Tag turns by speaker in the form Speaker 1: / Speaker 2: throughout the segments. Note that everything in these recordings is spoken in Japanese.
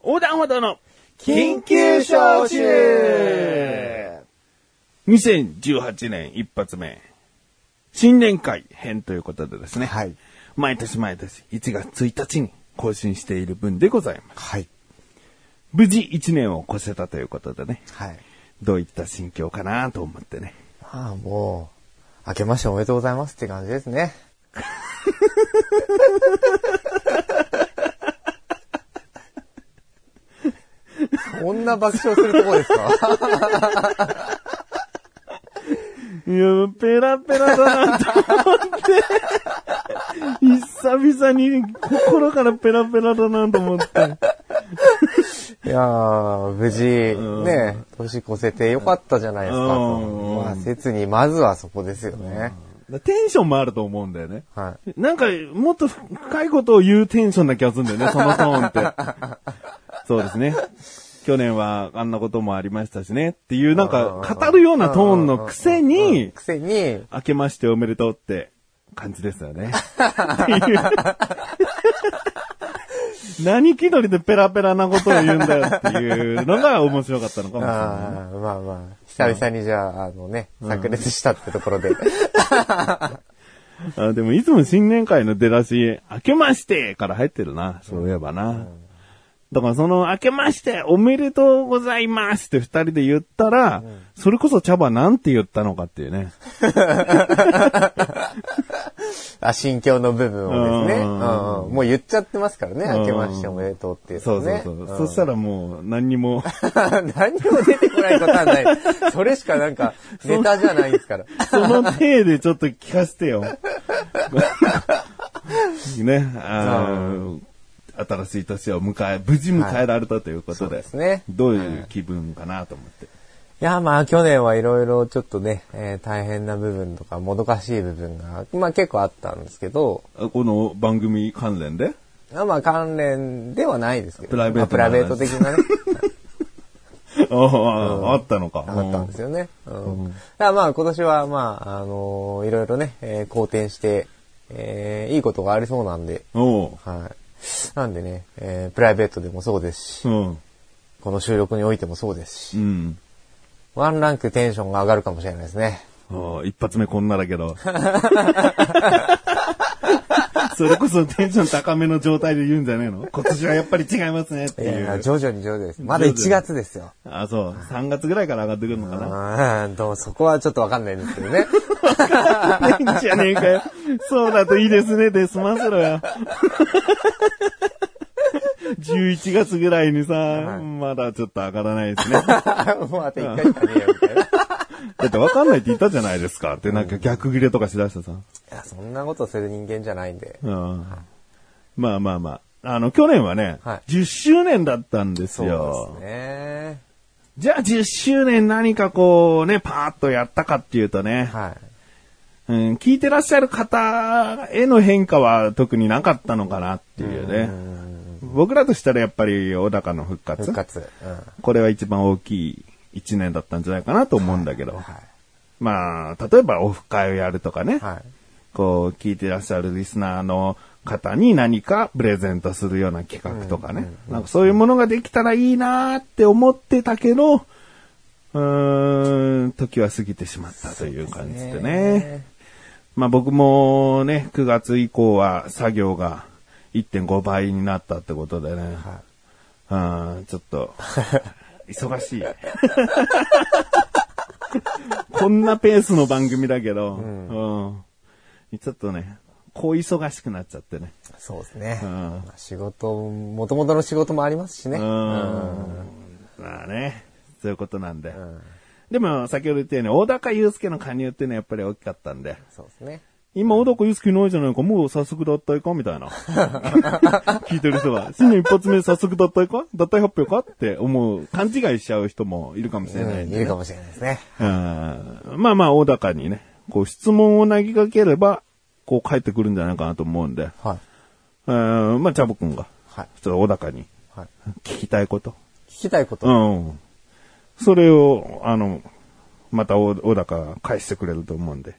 Speaker 1: 横断歩道の
Speaker 2: 緊急招集
Speaker 1: 2018年一発目、新年会編ということでですね。
Speaker 2: はい。
Speaker 1: 毎年毎年1月1日に更新している分でございます。
Speaker 2: はい。
Speaker 1: 無事1年を越せたということでね。
Speaker 2: はい。
Speaker 1: どういった心境かなと思ってね。
Speaker 2: ああ、もう、明けましておめでとうございますって感じですね。こんな爆笑するとこですか
Speaker 1: いや、ペラペラだなと 思って。久々に心からペラペラだなと思って。
Speaker 2: いやー、無事、ね、年越せてよかったじゃないですか。
Speaker 1: うん
Speaker 2: まあ、切に、まずはそこですよね。
Speaker 1: テンションもあると思うんだよね。
Speaker 2: は
Speaker 1: なんか、もっと深いことを言うテンションな気がするんだよね、そもそもって。そうですね。去年はあんなこともありましたしね。っていう、なんか、語るようなトーンのくせ
Speaker 2: い。
Speaker 1: に、
Speaker 2: くせに、
Speaker 1: 明けましておめでとうって感じですよね。っていう。何気取りでペラペラなことを言うんだよっていうのが面白かったのかもしれない。
Speaker 2: ああ、まあまあ、久々にじゃあ、あのね、炸裂したってところで。
Speaker 1: あでもいつも新年会の出だし、明けましてから入ってるな。そういえばな。だからその、明けましておめでとうございますって二人で言ったら、それこそ茶葉なんて言ったのかっていうね。
Speaker 2: あ、心境の部分をですね。
Speaker 1: う
Speaker 2: うん
Speaker 1: う
Speaker 2: ん
Speaker 1: んうん
Speaker 2: もう言っちゃってますからね。
Speaker 1: ん
Speaker 2: 明けましておめでとうっていう、ね。
Speaker 1: そうそうそう。
Speaker 2: ん
Speaker 1: そしたらもう何にも、
Speaker 2: 何にも出てこないことは ない。それしかなんか、ネタじゃないですから。
Speaker 1: その体でちょっと聞かせてよ。 ね、あー新しい年を迎え、無事迎えられたということで、
Speaker 2: はいそうですね
Speaker 1: どういう気分かなと思って。
Speaker 2: いや、まあ、去年はいろいろちょっとね、えー大変な部分とか、もどかしい部分が、まあ結構あったんですけど、
Speaker 1: あこの番組関連で
Speaker 2: まあまあ関連ではないですけど、
Speaker 1: プライベートな
Speaker 2: まあプライベート的なね、
Speaker 1: ああ、あったのか。
Speaker 2: あったんですよね。うん。だからまあ今年はまあ、あのーいろいろね、えー好転して、えーいいことがありそうなんで、
Speaker 1: おう。
Speaker 2: はい。なんでね、えープライベートでもそうですし、
Speaker 1: うん。
Speaker 2: この収録においてもそうですし、
Speaker 1: うん。
Speaker 2: ワンランクテンションが上がるかもしれないですね。
Speaker 1: ああ一発目こんなだけど。 それこそテンション高めの状態で言うんじゃねえの今年はやっぱり違いますねって
Speaker 2: い
Speaker 1: い
Speaker 2: や
Speaker 1: う。
Speaker 2: 徐々に徐々にです。まだ1月ですよ。
Speaker 1: あ、そう。3月ぐらいから上がってくるのか
Speaker 2: う
Speaker 1: な。
Speaker 2: ーん、どうそこはちょっとわかんないんですけどね。
Speaker 1: ないんじゃねえかよ。そうだといいですね、で済ませろよ。11月ぐらいにさ、
Speaker 2: い
Speaker 1: まだちょっと上がらないですね。だ
Speaker 2: もうあと1回しかねえよ、み たいな。い
Speaker 1: ってわかんないって言ったじゃないですかって、なんか逆切れとかしだしたさ。
Speaker 2: や、そんなことする人間じゃないんで。
Speaker 1: うん。まあまあまあ。あの、去年はね、
Speaker 2: は
Speaker 1: 10周年だったんです
Speaker 2: そ
Speaker 1: よ。
Speaker 2: うですね。
Speaker 1: じゃあ10周年何かこうね、パーッとやったかっていうとね、
Speaker 2: はい。
Speaker 1: うん、聞いてらっしゃる方への変化は特になかったのかなっていうね。僕らとしたらやっぱり小高の復活
Speaker 2: 復活。うん。
Speaker 1: これは一番大きい1年だったんじゃないかなと思うんだけど。
Speaker 2: は
Speaker 1: まあ、例えばオフ会をやるとかね、
Speaker 2: い。はい。
Speaker 1: こう聞いてらっしゃるリスナーの方に何かプレゼントするような企画とかね。なんかそういうものができたらいいなーって思ってたけど、うーん、時は過ぎてしまったという感じでね。まあ僕もね、9月以降は作業が1.5倍になったってことでね。
Speaker 2: は
Speaker 1: うん、ちょっ と、忙しい。 こんなペースの番組だけど、うんちょっとね、こう忙しくなっちゃってね。
Speaker 2: い。そうですね。
Speaker 1: うん
Speaker 2: まあ仕事、もともとの仕事もありますしね。
Speaker 1: う
Speaker 2: うん
Speaker 1: ん。まあね、そういうことなんで。でも、先ほど言ったように、小高祐介の加入っていうのはやっぱり大きかったんで。
Speaker 2: そうですね。
Speaker 1: 今、小高祐介ないじゃないか、もう早速脱退かみたいな。聞いてる人が、新年一発目早速脱退か脱退発表かって思う、勘違いしちゃう人もいるかもしれない
Speaker 2: うんん、
Speaker 1: で、
Speaker 2: い
Speaker 1: ね
Speaker 2: るかもしれないですね。
Speaker 1: うんまあまあ、小高にね、こう質問を投げかければ、こう返ってくるんじゃないかなと思うんで、
Speaker 2: はい。
Speaker 1: うんまあ、チャボくんが、
Speaker 2: はい。
Speaker 1: ちょっと小高に
Speaker 2: はい。
Speaker 1: 聞きたいこと。
Speaker 2: 聞きたいこと。
Speaker 1: うん。それを、あの、また小小高が返してくれると思うんで。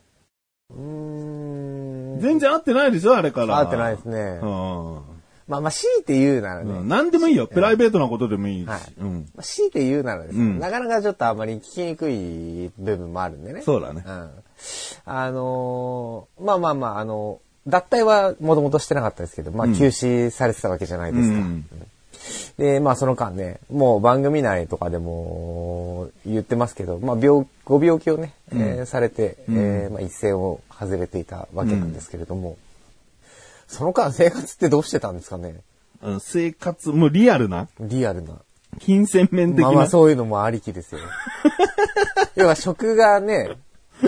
Speaker 2: うーん。
Speaker 1: 全然合ってないでしょあれから。
Speaker 2: 合ってないですね。
Speaker 1: うん。
Speaker 2: まあまあ、強いて言うならね、
Speaker 1: うん、何でもいいよ。プライベートなことでもいいし。
Speaker 2: はい
Speaker 1: うん。
Speaker 2: まあ強いて言うならですね、
Speaker 1: うん
Speaker 2: なかなかちょっとあまり聞きにくい部分もあるんでね。
Speaker 1: そうだね
Speaker 2: ん。あのーまあまあまあ、あの脱退はもともとしてなかったですけど、まあ休止されてたわけじゃないですか。
Speaker 1: うん
Speaker 2: で、まあその間ね、もう番組内とかでも言ってますけど、まあ病、ご病気をね、えーされて、えーまあ一線を外れていたわけなんですけれども、その間生活ってどうしてたんですかね
Speaker 1: うん生活、もうリアルな、
Speaker 2: リアルな。
Speaker 1: 金銭面的
Speaker 2: まあ
Speaker 1: な。
Speaker 2: まあそういうのもありきで すよ。要は職がね、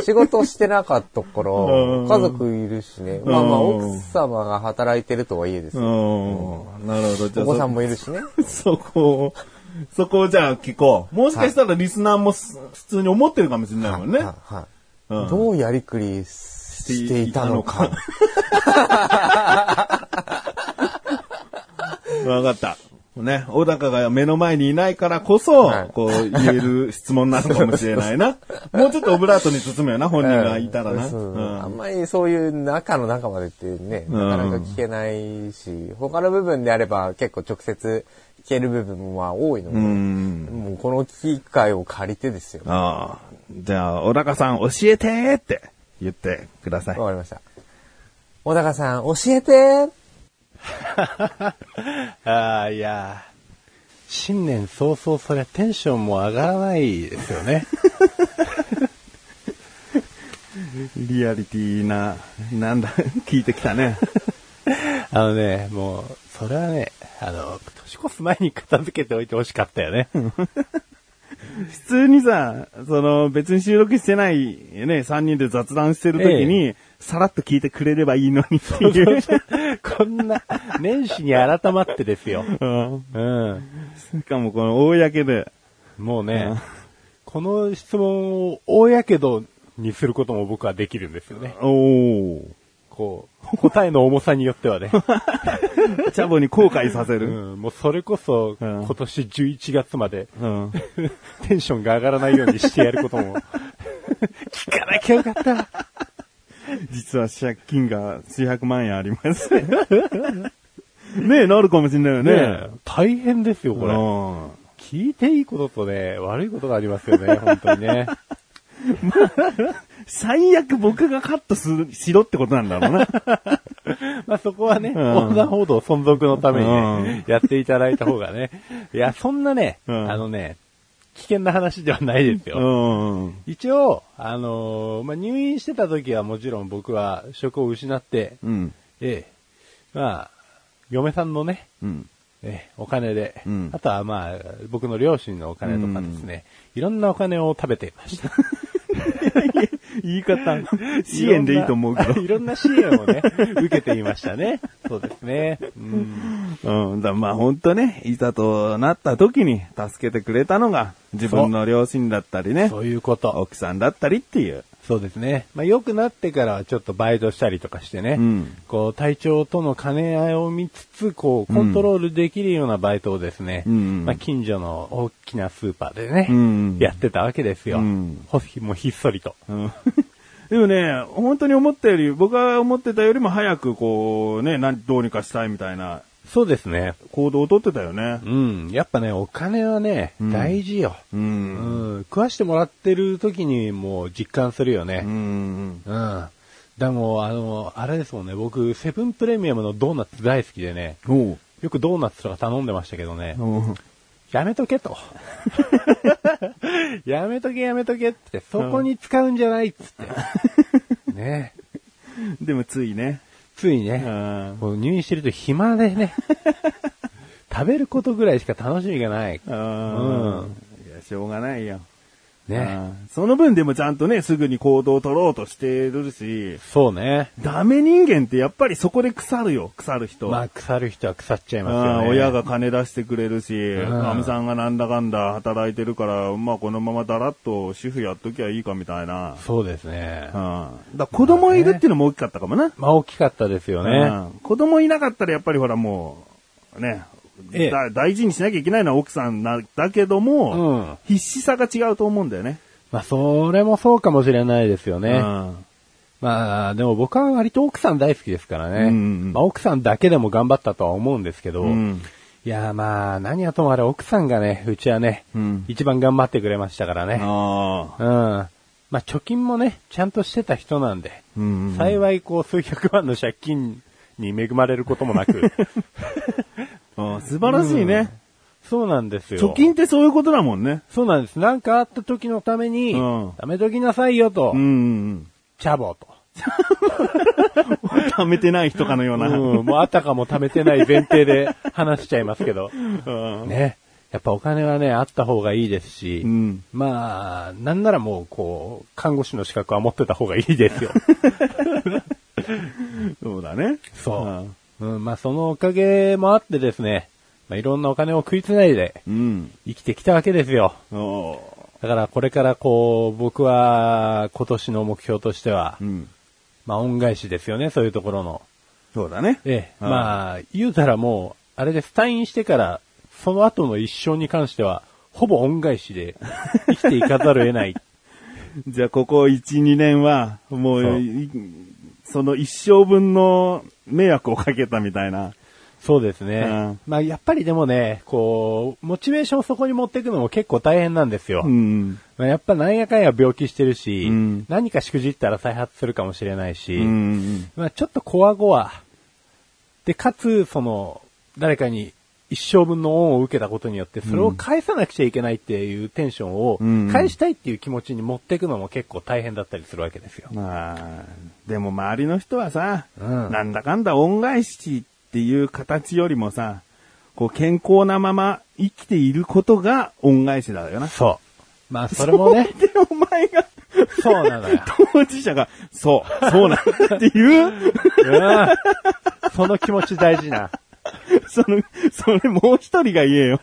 Speaker 2: 仕事してなかったから、
Speaker 1: うん
Speaker 2: 家族いるしね。まあまあ
Speaker 1: うん
Speaker 2: 奥様が働いてるとはいえです
Speaker 1: う
Speaker 2: よ。
Speaker 1: ん。なるほど。じゃ
Speaker 2: お
Speaker 1: あ
Speaker 2: 子さんもいるしね。
Speaker 1: そ、そこを、そこをじゃあ聞こう。もしかしたらリスナーもす普通に思ってるかもしれないもんね。
Speaker 2: はいはい
Speaker 1: うん
Speaker 2: どうやりくりしていたのか。
Speaker 1: わかった。ね、小高が目の前にいないからこそ、
Speaker 2: はい
Speaker 1: こう言える質問なのかもしれないな。 もうちょっとオブラートに包むよな、本人がいたらな。
Speaker 2: そううんあんまりそういう中の中までってね、
Speaker 1: ん
Speaker 2: なかなか聞けないし、他の部分であれば結構直接聞ける部分もまあ多いので、
Speaker 1: ん
Speaker 2: もうこの機会を借りてですよ。わ
Speaker 1: ああ。じゃあ、小高さん教えてーって言ってください。
Speaker 2: かりました。小高さん、教えて
Speaker 3: ああ、いやー、新年早々それテンションも上がらないですよね。
Speaker 1: リアリティな、なんだ、聞いてきたね。
Speaker 3: あのね、もう、それはね、あの、年越す前に片付けておいてほしかったよね。
Speaker 1: 普通にさ、その別に収録してないね、3人で雑談してる時に、さらっと聞いてくれればいいのにって いう。
Speaker 3: こんな、年始に改まってですよ。
Speaker 1: うん
Speaker 3: うん。
Speaker 1: しかもこの公で、
Speaker 3: もうね、この質問を大やけどにすることも僕はできるんですよね。
Speaker 1: おお。
Speaker 3: こう、答えの重さによってはね。
Speaker 1: チャボに後悔させ
Speaker 3: う
Speaker 1: る。
Speaker 3: ん、もうそれこそ、
Speaker 1: うん
Speaker 3: 今年11月まで、
Speaker 1: うん。
Speaker 3: テンションが上がらないようにしてやることも。 聞かなきゃよかった。
Speaker 1: 実は借金が数百万円あります。 ねえ、なるかもしんないよね。
Speaker 3: ねえ、大変ですよ、これ。
Speaker 1: うん
Speaker 3: 聞いていいこととね、悪いことがあります よね、本当にね。
Speaker 1: 最悪僕がカットする、しろってことなんだろうな。
Speaker 3: まあそこはね、
Speaker 1: ん
Speaker 3: 横断報道存続のためにね、やっていただいた方がね。いや、そんなね、
Speaker 1: うん
Speaker 3: あのね、危険な話ではないですよ。
Speaker 1: うん。
Speaker 3: 一応、あのーまあ、入院してた時はもちろん僕は職を失って、
Speaker 1: うん。
Speaker 3: ええ、まあ、嫁さんのね、
Speaker 1: うん。
Speaker 3: ええお金で、
Speaker 1: うん
Speaker 3: あとはまあ、僕の両親のお金とかですね、いろんなお金を食べていました。
Speaker 1: 言い方、 支援でいいと思うけど。
Speaker 3: いろんないろんな支援をね、受けていましたね。そうですね。うん、
Speaker 1: うん、だまあ本当ね、いざとなった時に助けてくれたのが、自分の両親だったりね
Speaker 3: そ、ういうこと。
Speaker 1: 奥さんだったりっていう。
Speaker 3: そうですね。まあ、良くなってからはちょっとバイトしたりとかしてね、
Speaker 1: うん
Speaker 3: こう、体調との兼ね合いを見つつ、こう、コントロールできるようなバイトをですね、
Speaker 1: うん
Speaker 3: まあ、近所の大きなスーパーでね、
Speaker 1: うん
Speaker 3: やってたわけですよ。
Speaker 1: うん
Speaker 3: ほもうひっそりと。
Speaker 1: うん、でもね、本当に思ったより、僕が思ってたよりも早くこう、ね、なんどうにかしたいみたいな
Speaker 3: そうですね。
Speaker 1: 行動をとってたよね。
Speaker 3: うん。やっぱね、お金はね、
Speaker 1: ん
Speaker 3: 大事よ。
Speaker 1: う。
Speaker 3: うんん。食わしてもらってる時にもう実感するよ
Speaker 1: う
Speaker 3: ね。
Speaker 1: ん。
Speaker 3: うん。でも、あの、あれですもんね、僕、セブンプレミアムのドーナツ大好きでね、
Speaker 1: おう。
Speaker 3: よくドーナツとか頼んでましたけどね、
Speaker 1: おう
Speaker 3: やめと けと。やめとけやめとけって、そこに使うんじゃないっつって。ね。
Speaker 1: でもついね。
Speaker 3: つい
Speaker 1: うん。
Speaker 3: ね、
Speaker 1: あ
Speaker 3: こう入院してると暇で ね、食べることぐらいしか楽しみがない。
Speaker 1: あ。いや、しょうがないよ。
Speaker 3: ね。
Speaker 1: うんその分でもちゃんとね、すぐに行動を取ろうとしてるし、
Speaker 3: そうね。
Speaker 1: ダメ人間ってやっぱりそこで腐るよ、腐る人。
Speaker 3: まあ、腐る人は腐っちゃいますよ
Speaker 1: ああ
Speaker 3: ね。
Speaker 1: 親が。金出してくれるし、
Speaker 3: ん
Speaker 1: かみさんがなんだかんだ働いてるから、まあこのままだらっと主婦やっときゃいいかみたいな。
Speaker 3: そうですね
Speaker 1: うん。。だ子供いるっていうのも大きかったかもな。
Speaker 3: まあ、大きかったですよね。
Speaker 1: うん子供いなかったらやっぱりほらもう、ね、
Speaker 3: ええ
Speaker 1: だ大事にしなきゃいけないのは奥さんなだけども、
Speaker 3: うん。
Speaker 1: 必死さが違うと思うんだよね。
Speaker 3: まあ、それもそうかもしれないですよ
Speaker 1: う
Speaker 3: ね。
Speaker 1: ん
Speaker 3: まあ、でも僕は割と奥さん大好きですからね。
Speaker 1: うんうん
Speaker 3: まあ、奥さんだけでも頑張ったとは思うんですけど、
Speaker 1: ん
Speaker 3: いや、まあ、何はともあれ奥さんがね、うちはね、
Speaker 1: うん
Speaker 3: 一番頑張ってくれましたからね。
Speaker 1: ああ。
Speaker 3: うん。まあ、貯金もね、ちゃんとしてた人なんで、
Speaker 1: うんうん
Speaker 3: 幸いこう、数百万の借金に恵まれることもな く、
Speaker 1: ああ素晴らしいね。
Speaker 3: そうなんですよ。
Speaker 1: 貯金ってそういうことだもんね。
Speaker 3: そうなんです。なんかあった時のために、
Speaker 1: うん
Speaker 3: 貯めときなさいよと、
Speaker 1: うんうん
Speaker 3: チャボと。
Speaker 1: うん。貯めてない人かのような。
Speaker 3: うん、もうあたかも貯めてない前提で話しちゃいますけど。
Speaker 1: うん
Speaker 3: ね。やっぱお金はね、あった方がいいですし、
Speaker 1: うん
Speaker 3: まあ、なんならもう、こう、看護師の資格は持ってた方がいいで すよ。
Speaker 1: そうだね。
Speaker 3: そう。うん、まあそのおかげもあってですね、まあいろんなお金を食いつないで
Speaker 1: うん。
Speaker 3: 生きてきたわけですよ。
Speaker 1: おー
Speaker 3: だからこれからこう、僕は今年の目標としては、
Speaker 1: うん。
Speaker 3: まあ恩返しですよね、そういうところの。
Speaker 1: そうだね。
Speaker 3: ええ、
Speaker 1: うん
Speaker 3: まあ、言うたらもう、あれです、退院してから、その後の一生に関しては、ほぼ恩返しで生きていかざるを 得ない。
Speaker 1: じゃあここ1、2年は、も、
Speaker 3: そうう
Speaker 1: いその一生分の迷惑をかけたみたいな。
Speaker 3: そうですね。
Speaker 1: うん
Speaker 3: まあ、やっぱりでもね、こう、モチベーションをそこに持っていくのも結構大変なんですよ。
Speaker 1: うん。
Speaker 3: まあやっぱなんやかんや病気してるし、
Speaker 1: うん
Speaker 3: 何かしくじったら再発するかもしれないし、
Speaker 1: うん。
Speaker 3: まあちょっとこわごわ。で、かつ、その、誰かに一生分の恩を受けたことによって、それを返さなくちゃいけないっていうテンション
Speaker 1: うん
Speaker 3: を、返したいっていう気持ちに持っていくのも結構大変だったりするわけですよ。
Speaker 1: まあ、でも周りの人はさ、
Speaker 3: うん
Speaker 1: なんだかんだ恩返しっていう形よりもさ、こう健康なまま生きていることが恩返しだよな。
Speaker 3: そう。まあそれも ね、
Speaker 1: で、お前が、
Speaker 3: そうなのよ。
Speaker 1: 当事者が、そう、そうなんだっていう、
Speaker 3: うんその気持ち大事な。
Speaker 1: その、それもう一人が言えよ。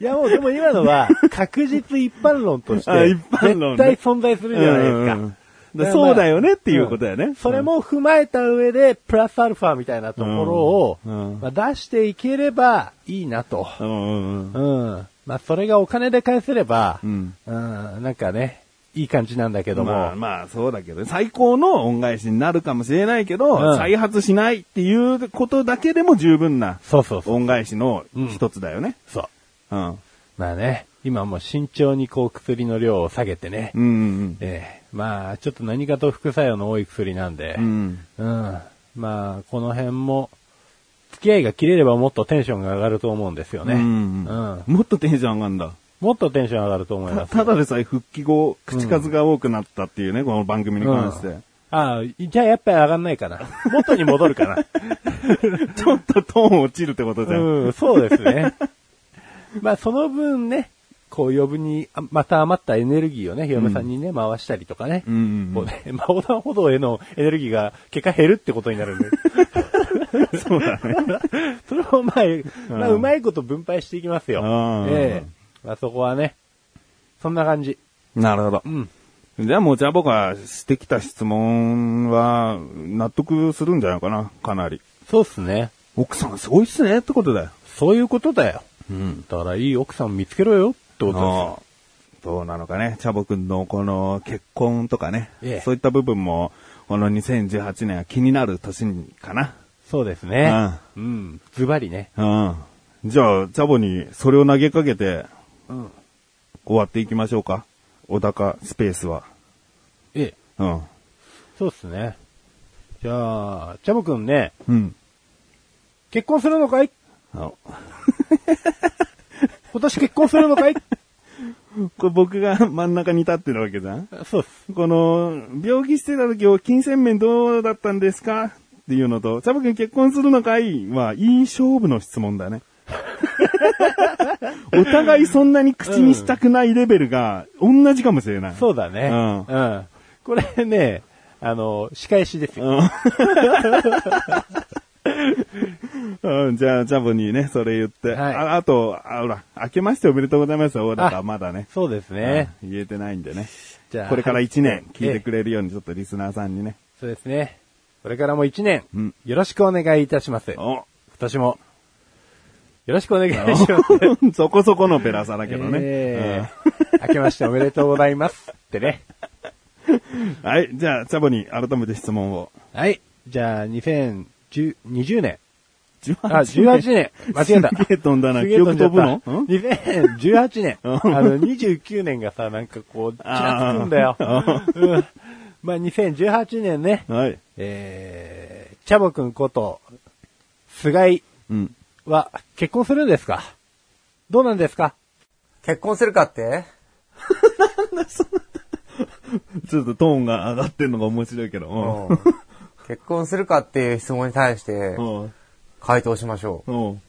Speaker 3: いやもうでも今のは確実一般論として、
Speaker 1: あ一般論
Speaker 3: 絶
Speaker 1: ね
Speaker 3: 対存在するじゃないですか。
Speaker 1: うんうんだからそうだよねっていうことだよね。
Speaker 3: んそれも踏まえた上で、プラスアルファみたいなところを、
Speaker 1: うんうん
Speaker 3: まあ、出していければいいなと。
Speaker 1: うんうんうん。
Speaker 3: うん。まあ、それがお金で返せれば、
Speaker 1: うん
Speaker 3: うんなんかね、いい感じなんだけども、
Speaker 1: まあまあそうだけど、最高の恩返しになるかもしれないけど、
Speaker 3: うん
Speaker 1: 再発しないっていうことだけでも十分な
Speaker 3: そうそうそう。
Speaker 1: 恩返しの一つだよね。
Speaker 3: そう。
Speaker 1: うん。
Speaker 3: まあね、今もう慎重にこう薬の量を下げてね、
Speaker 1: うんうん
Speaker 3: ええまあ、ちょっと何かと副作用の多い薬なんで、
Speaker 1: うん。うん。
Speaker 3: うん。まあ、この辺も、付き合いが切れればもっとテンションが上がると思うんですよね。
Speaker 1: うん
Speaker 3: うん
Speaker 1: もっとテンション上がるんだ。
Speaker 3: もっとテンション上がると思いま
Speaker 1: た
Speaker 3: す。
Speaker 1: ただでさえ復帰後、口数が多くなったっていうね、この番組に関して。
Speaker 3: ああ、じゃあやっぱり上がんないかな。元に戻るかな。
Speaker 1: ちょっとトーン落ちるってことじゃん。
Speaker 3: うん、そうですね。 まあその分ね、こう余分に、あまた余ったエネルギーをね、嫁さんにね、回したりとかね。
Speaker 1: うんうんうん
Speaker 3: こうね、まあ横断歩道へのエネルギーが結果減るってことになるんで。
Speaker 1: そうだね。
Speaker 3: それをまあ、まあうまいこと分配していきますよ。
Speaker 1: うん
Speaker 3: ええまあそこはね、そんな感じ。
Speaker 1: なるほど
Speaker 3: う。ん。
Speaker 1: じゃあもうじゃあ僕がしてきた質問は納得するんじゃないかな、かなり。
Speaker 3: そうっすね。
Speaker 1: 奥さんすごいっすねってことだよ。
Speaker 3: そういうことだよ。
Speaker 1: うん。
Speaker 3: だからいい奥さん見つけろよってことですよ。
Speaker 1: どうなのかね、チャボくんのこの結婚とかね、
Speaker 3: ええ
Speaker 1: そういった部分も、この2018年は気になる年かな。
Speaker 3: そうですね。うん。ズバリね。
Speaker 1: うん。じゃあ、チャボにそれを投げかけて、
Speaker 3: うん。
Speaker 1: 終わっていきましょうか。小高スペースは。
Speaker 3: ええ、
Speaker 1: うん。
Speaker 3: そうですね。じゃあ、チャボくんね、
Speaker 1: うん。
Speaker 3: 結婚するのかい
Speaker 1: あ
Speaker 3: 今年結婚するの かい
Speaker 1: これ僕が真ん中に立ってるわけじゃん
Speaker 3: そうっす。
Speaker 1: この、病気してた時を金銭面どうだったんですかっていうのと、チャボ君結婚するのかいは、いい勝負の質問 だね。お互いそんなに口にしたくないレベルが、同じかもしれない。
Speaker 3: そうだね。
Speaker 1: うん
Speaker 3: うん。これね、あの、仕返しですよ。
Speaker 1: うん、じゃあ、チャボにね、それ言って。
Speaker 3: はい
Speaker 1: ああと、あほら、明けましておめでとうございます。大高、
Speaker 3: あ
Speaker 1: まだね。
Speaker 3: そうですね。
Speaker 1: うん言えてないんでね。
Speaker 3: じゃあ
Speaker 1: これから1年聞いて
Speaker 3: る。ええ
Speaker 1: くれるように、ちょっとリスナーさんにね。
Speaker 3: そうですね。これからも一年、
Speaker 1: うん
Speaker 3: よろしくお願いいたします。今
Speaker 1: お
Speaker 3: 年も、よろしくお願いします。
Speaker 1: そこそこのペラサだけどね。
Speaker 3: ええ明けましておめでとうございますってね。
Speaker 1: はい。じゃあ、チャボに改めて質問を。
Speaker 3: はい。じゃあ、2020年。
Speaker 1: 18
Speaker 3: あ、18年。間違えた。
Speaker 1: すげえ飛んだな。
Speaker 3: すげえ
Speaker 1: 記憶飛ぶ
Speaker 3: 飛ん
Speaker 1: の
Speaker 3: じゃった ?2018 年。あ
Speaker 1: うん
Speaker 3: の、29年がさ、なんかこう、ちらつく んだよ。うんまあ、2018年ね、
Speaker 1: んはい。
Speaker 3: えー、チャボくんこと、菅井
Speaker 1: うん。
Speaker 3: は結婚するんですかどうなんですか
Speaker 2: 結婚するかって
Speaker 1: ちょっとトーンが上がってんのが面白いけど。
Speaker 2: うん結婚するかっていう質問に対して
Speaker 1: う、ん。うん。
Speaker 2: 回答しましょ
Speaker 1: うん。
Speaker 2: う。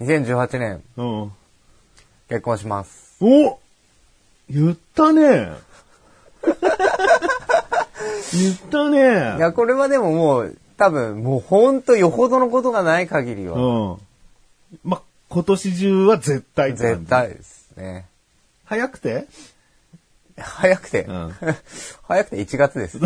Speaker 2: 2018年、
Speaker 1: うん。
Speaker 2: 結婚します。
Speaker 1: お言った ね言った
Speaker 2: い
Speaker 1: ね
Speaker 2: や、これはでももう、多分、もうほんとよほどのことがない限りは、
Speaker 1: うん。ま、今年中は絶対って感
Speaker 2: 絶
Speaker 1: じ。
Speaker 2: 対ですね。
Speaker 1: 早くて
Speaker 2: 早くて、
Speaker 1: うん
Speaker 2: 早くて1 月です。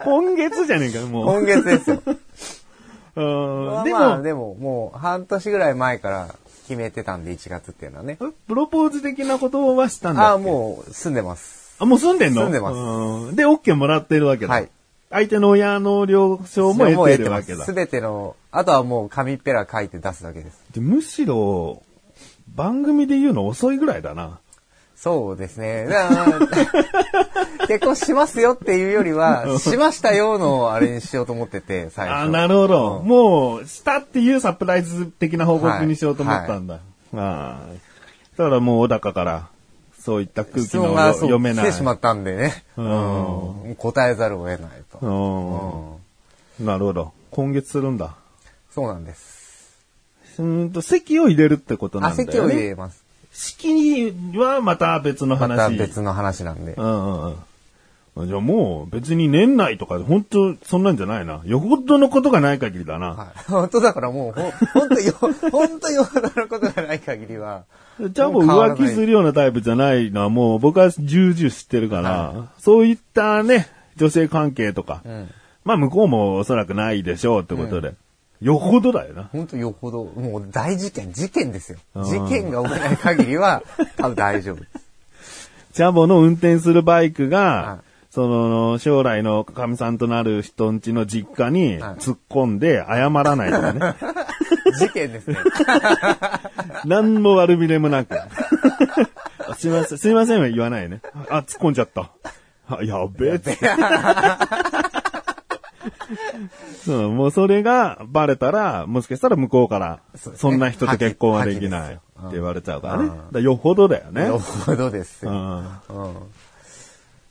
Speaker 1: 今月じゃねえかよ、もう。
Speaker 2: 今月ですよ。
Speaker 1: うん。で
Speaker 2: まあ、
Speaker 1: も、
Speaker 2: でも、もう半年ぐらい前から決めてたんで、1月っていうのはね。
Speaker 1: プロポーズ的なことはしたんだっけ
Speaker 2: ああ、もう住んでます。
Speaker 1: あ、もう住んでんの
Speaker 2: 住んでます
Speaker 1: うんで、OK もらってるわけだ。
Speaker 2: はい
Speaker 1: 相手の親の了承も
Speaker 2: も
Speaker 1: 得
Speaker 2: う
Speaker 1: て
Speaker 2: 得て
Speaker 1: るわ
Speaker 2: ま
Speaker 1: け
Speaker 2: す。
Speaker 1: だ
Speaker 2: す。べての、あとはもう紙っぺら書いて出すだけです。
Speaker 1: でむしろ、番組で言うの遅いぐらいだな。
Speaker 2: そうです ね。だから、 結婚しますよっていうよりは、しましたよのあれにしようと思ってて、最初。
Speaker 1: あ、なるほど。もう、したっていうサプライズ的な報告にしようと思ったんだ。ああ。だからもう、小高から、そういった空気
Speaker 2: 質
Speaker 1: の
Speaker 2: 問が
Speaker 1: よ
Speaker 2: そう
Speaker 1: 読め
Speaker 2: 来
Speaker 1: ない。
Speaker 2: てしまったんでね。
Speaker 1: う
Speaker 2: うんん答えざるを得ないと。
Speaker 1: うん。なるほど。今月するんだ。
Speaker 2: そうなんです。
Speaker 1: うーんと、席を入れるってことなんだよね。
Speaker 2: 席を入れます。
Speaker 1: 式はまた別の
Speaker 2: ま
Speaker 1: 話。
Speaker 2: た別の話なんで
Speaker 1: う。んうんうん。じゃあもう別に年内とかで本当そんなんじゃないな。よほどのことがない限りだな。
Speaker 2: はい 本当だからもう、ほほんとよ、ほんとよほどのことがない限りは。
Speaker 1: じゃあもう
Speaker 2: 変わら
Speaker 1: 浮
Speaker 2: な
Speaker 1: 気
Speaker 2: い
Speaker 1: するようなタイプじゃないのはもう僕は重々知ってるから、そういったね、女性関係とか、
Speaker 2: うん。
Speaker 1: まあ向こうもおそらくないでしょうってことで、よほどだよな。
Speaker 2: ほんとよほど、もう大事件、事件ですよ。
Speaker 1: うん
Speaker 2: 事件が起きない限りは、多分大丈夫です。
Speaker 1: チャボの運転するバイクが、
Speaker 2: はい
Speaker 1: その、将来のかみさんとなる人んちの実家に
Speaker 2: はい
Speaker 1: 突っ込んで謝らないとかね。
Speaker 2: 事件ですね。
Speaker 1: 何も悪びれもなく。あ すいません、すいませんは言わないね。あ、突っ込んじゃった。あやべえって。そう、もうそれがバレたら、もしかしたら向こうから、
Speaker 2: そうです
Speaker 1: そ
Speaker 2: ね
Speaker 1: んな人と結婚はできないって言われちゃうからね。だからよほどだよね
Speaker 2: よ。ほどです
Speaker 1: う
Speaker 2: よ。
Speaker 1: ん。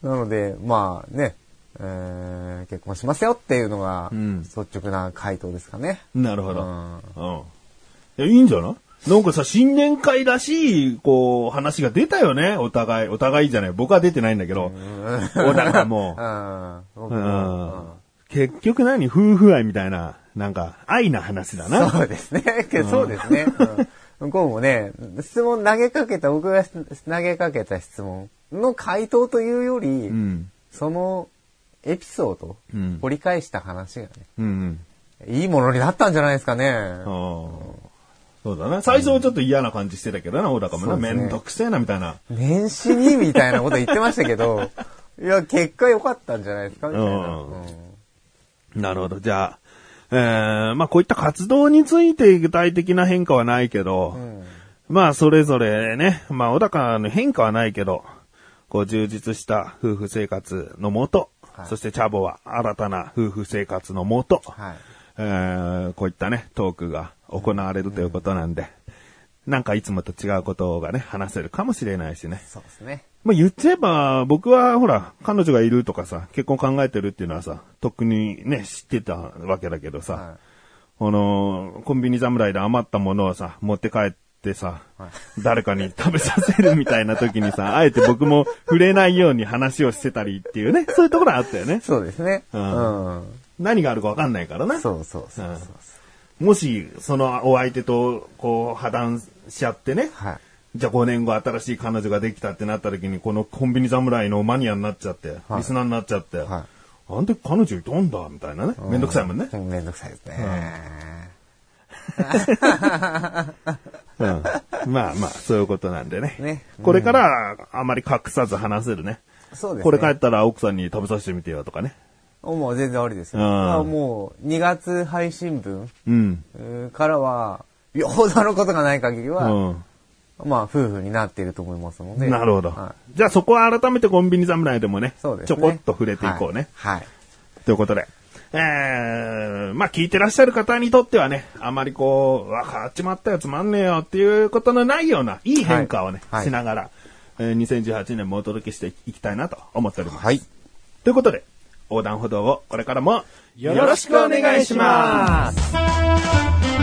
Speaker 2: なので、まあね、えー結婚しますよっていうのが、
Speaker 1: ん
Speaker 2: 率直な回答ですかね。
Speaker 1: なるほど。うん。いや、いいんじゃないなんかさ、新年会らしい、こう、話が出たよね。お互い。お互いじゃない。僕は出てないんだけど。お互いもう
Speaker 2: う。ん。僕
Speaker 1: う
Speaker 2: も
Speaker 1: ん結局何夫婦愛みたいな、なんか、愛な話だな。
Speaker 2: そうですね。けどそうですね。うん向こうもね、質問投げかけた、僕が投げかけた質問の回答というより、
Speaker 1: うん。
Speaker 2: そのエピソード、
Speaker 1: うん
Speaker 2: 掘り返した話が
Speaker 1: うん
Speaker 2: ね、いいものになったんじゃないですかね。
Speaker 1: うん。ああそうだな。最初はちょっと嫌な感じしてたけどな、小高もな。
Speaker 2: そうで
Speaker 1: め
Speaker 2: すね
Speaker 1: んどくせえな、みたいな。
Speaker 2: 年始にみたいなこと言ってました けど、いや、結果良かったんじゃないですかみたいな。
Speaker 1: うん
Speaker 2: うん
Speaker 1: なるほど。じゃあ、えー、まあこういった活動について具体的な変化はないけど、まあそれぞれね、まあ小高の変化はないけど、こう充実した夫婦生活のもと、
Speaker 2: はい
Speaker 1: そしてチャボは新たな夫婦生活のもと、
Speaker 2: はい。
Speaker 1: えーこういったね、トークが行われるということなんで、なんかいつもと違うことがね、話せるかもしれないしね。
Speaker 2: そうですね。
Speaker 1: まあ、言っちゃえば、僕はほら、彼女がいるとかさ、結婚考えてるっていうのはさ、とっくにね、知ってたわけだけどさ、
Speaker 2: は
Speaker 1: この、コンビニ侍で余ったものをさ、持って帰ってさ、
Speaker 2: は
Speaker 1: 誰かに食べさせるみたいな時に さ、あえて僕も触れないように話をしてたりっていうね、そういうところはあったよね。
Speaker 2: そうですね。
Speaker 1: う
Speaker 2: うんん。
Speaker 1: 何があるかわかんないからな。
Speaker 2: そうそうそうそう
Speaker 1: うんもし、そのお相手と、こう、破談しちゃってね。
Speaker 2: はい。
Speaker 1: じゃあ5年後新しい彼女ができたってなった時に、このコンビニ侍のマニアになっちゃって、
Speaker 2: はい
Speaker 1: リスナーになっちゃって、
Speaker 2: は
Speaker 1: あんで彼女いたんだ、みたいなね。めんどくさいもんね。
Speaker 2: い。めんどくさいですね。
Speaker 1: うんまあまあ、そういうことなんでね。
Speaker 2: ね
Speaker 1: これから、あまり隠さず話せるね。
Speaker 2: そうですね。
Speaker 1: これ帰ったら奥さんに食べさせてみてよとかね。
Speaker 2: もう全然ありですよ。
Speaker 1: うん
Speaker 2: まあもう、2月配信分
Speaker 1: うん。
Speaker 2: うんからは、よほどのことがない限り
Speaker 1: う
Speaker 2: は、
Speaker 1: ん。
Speaker 2: まあ夫婦になっていると思いますので。
Speaker 1: なるほど。
Speaker 2: は
Speaker 1: じゃあそこは改めてコンビニ侍でもね
Speaker 2: い、そうです
Speaker 1: ち
Speaker 2: ね。
Speaker 1: ょこっと触れていこうね。
Speaker 2: はい。はい
Speaker 1: ということで。えー、まあ聞いてらっしゃる方にとってはね、あまりこう、わ、変わっちまったやつまんねえよっていうことのないような、いい変化をね、
Speaker 2: はいはい
Speaker 1: しながら、えー2018年もお届けしていきたいなと思っております。
Speaker 2: はい。
Speaker 1: ということで、横断歩道をこれからもよ
Speaker 3: よ
Speaker 1: ろ
Speaker 3: ろ
Speaker 1: し
Speaker 3: し
Speaker 1: く
Speaker 3: く
Speaker 1: お
Speaker 3: お
Speaker 1: 願
Speaker 3: 願
Speaker 1: い
Speaker 3: い
Speaker 1: し
Speaker 3: し
Speaker 1: ま。
Speaker 3: ます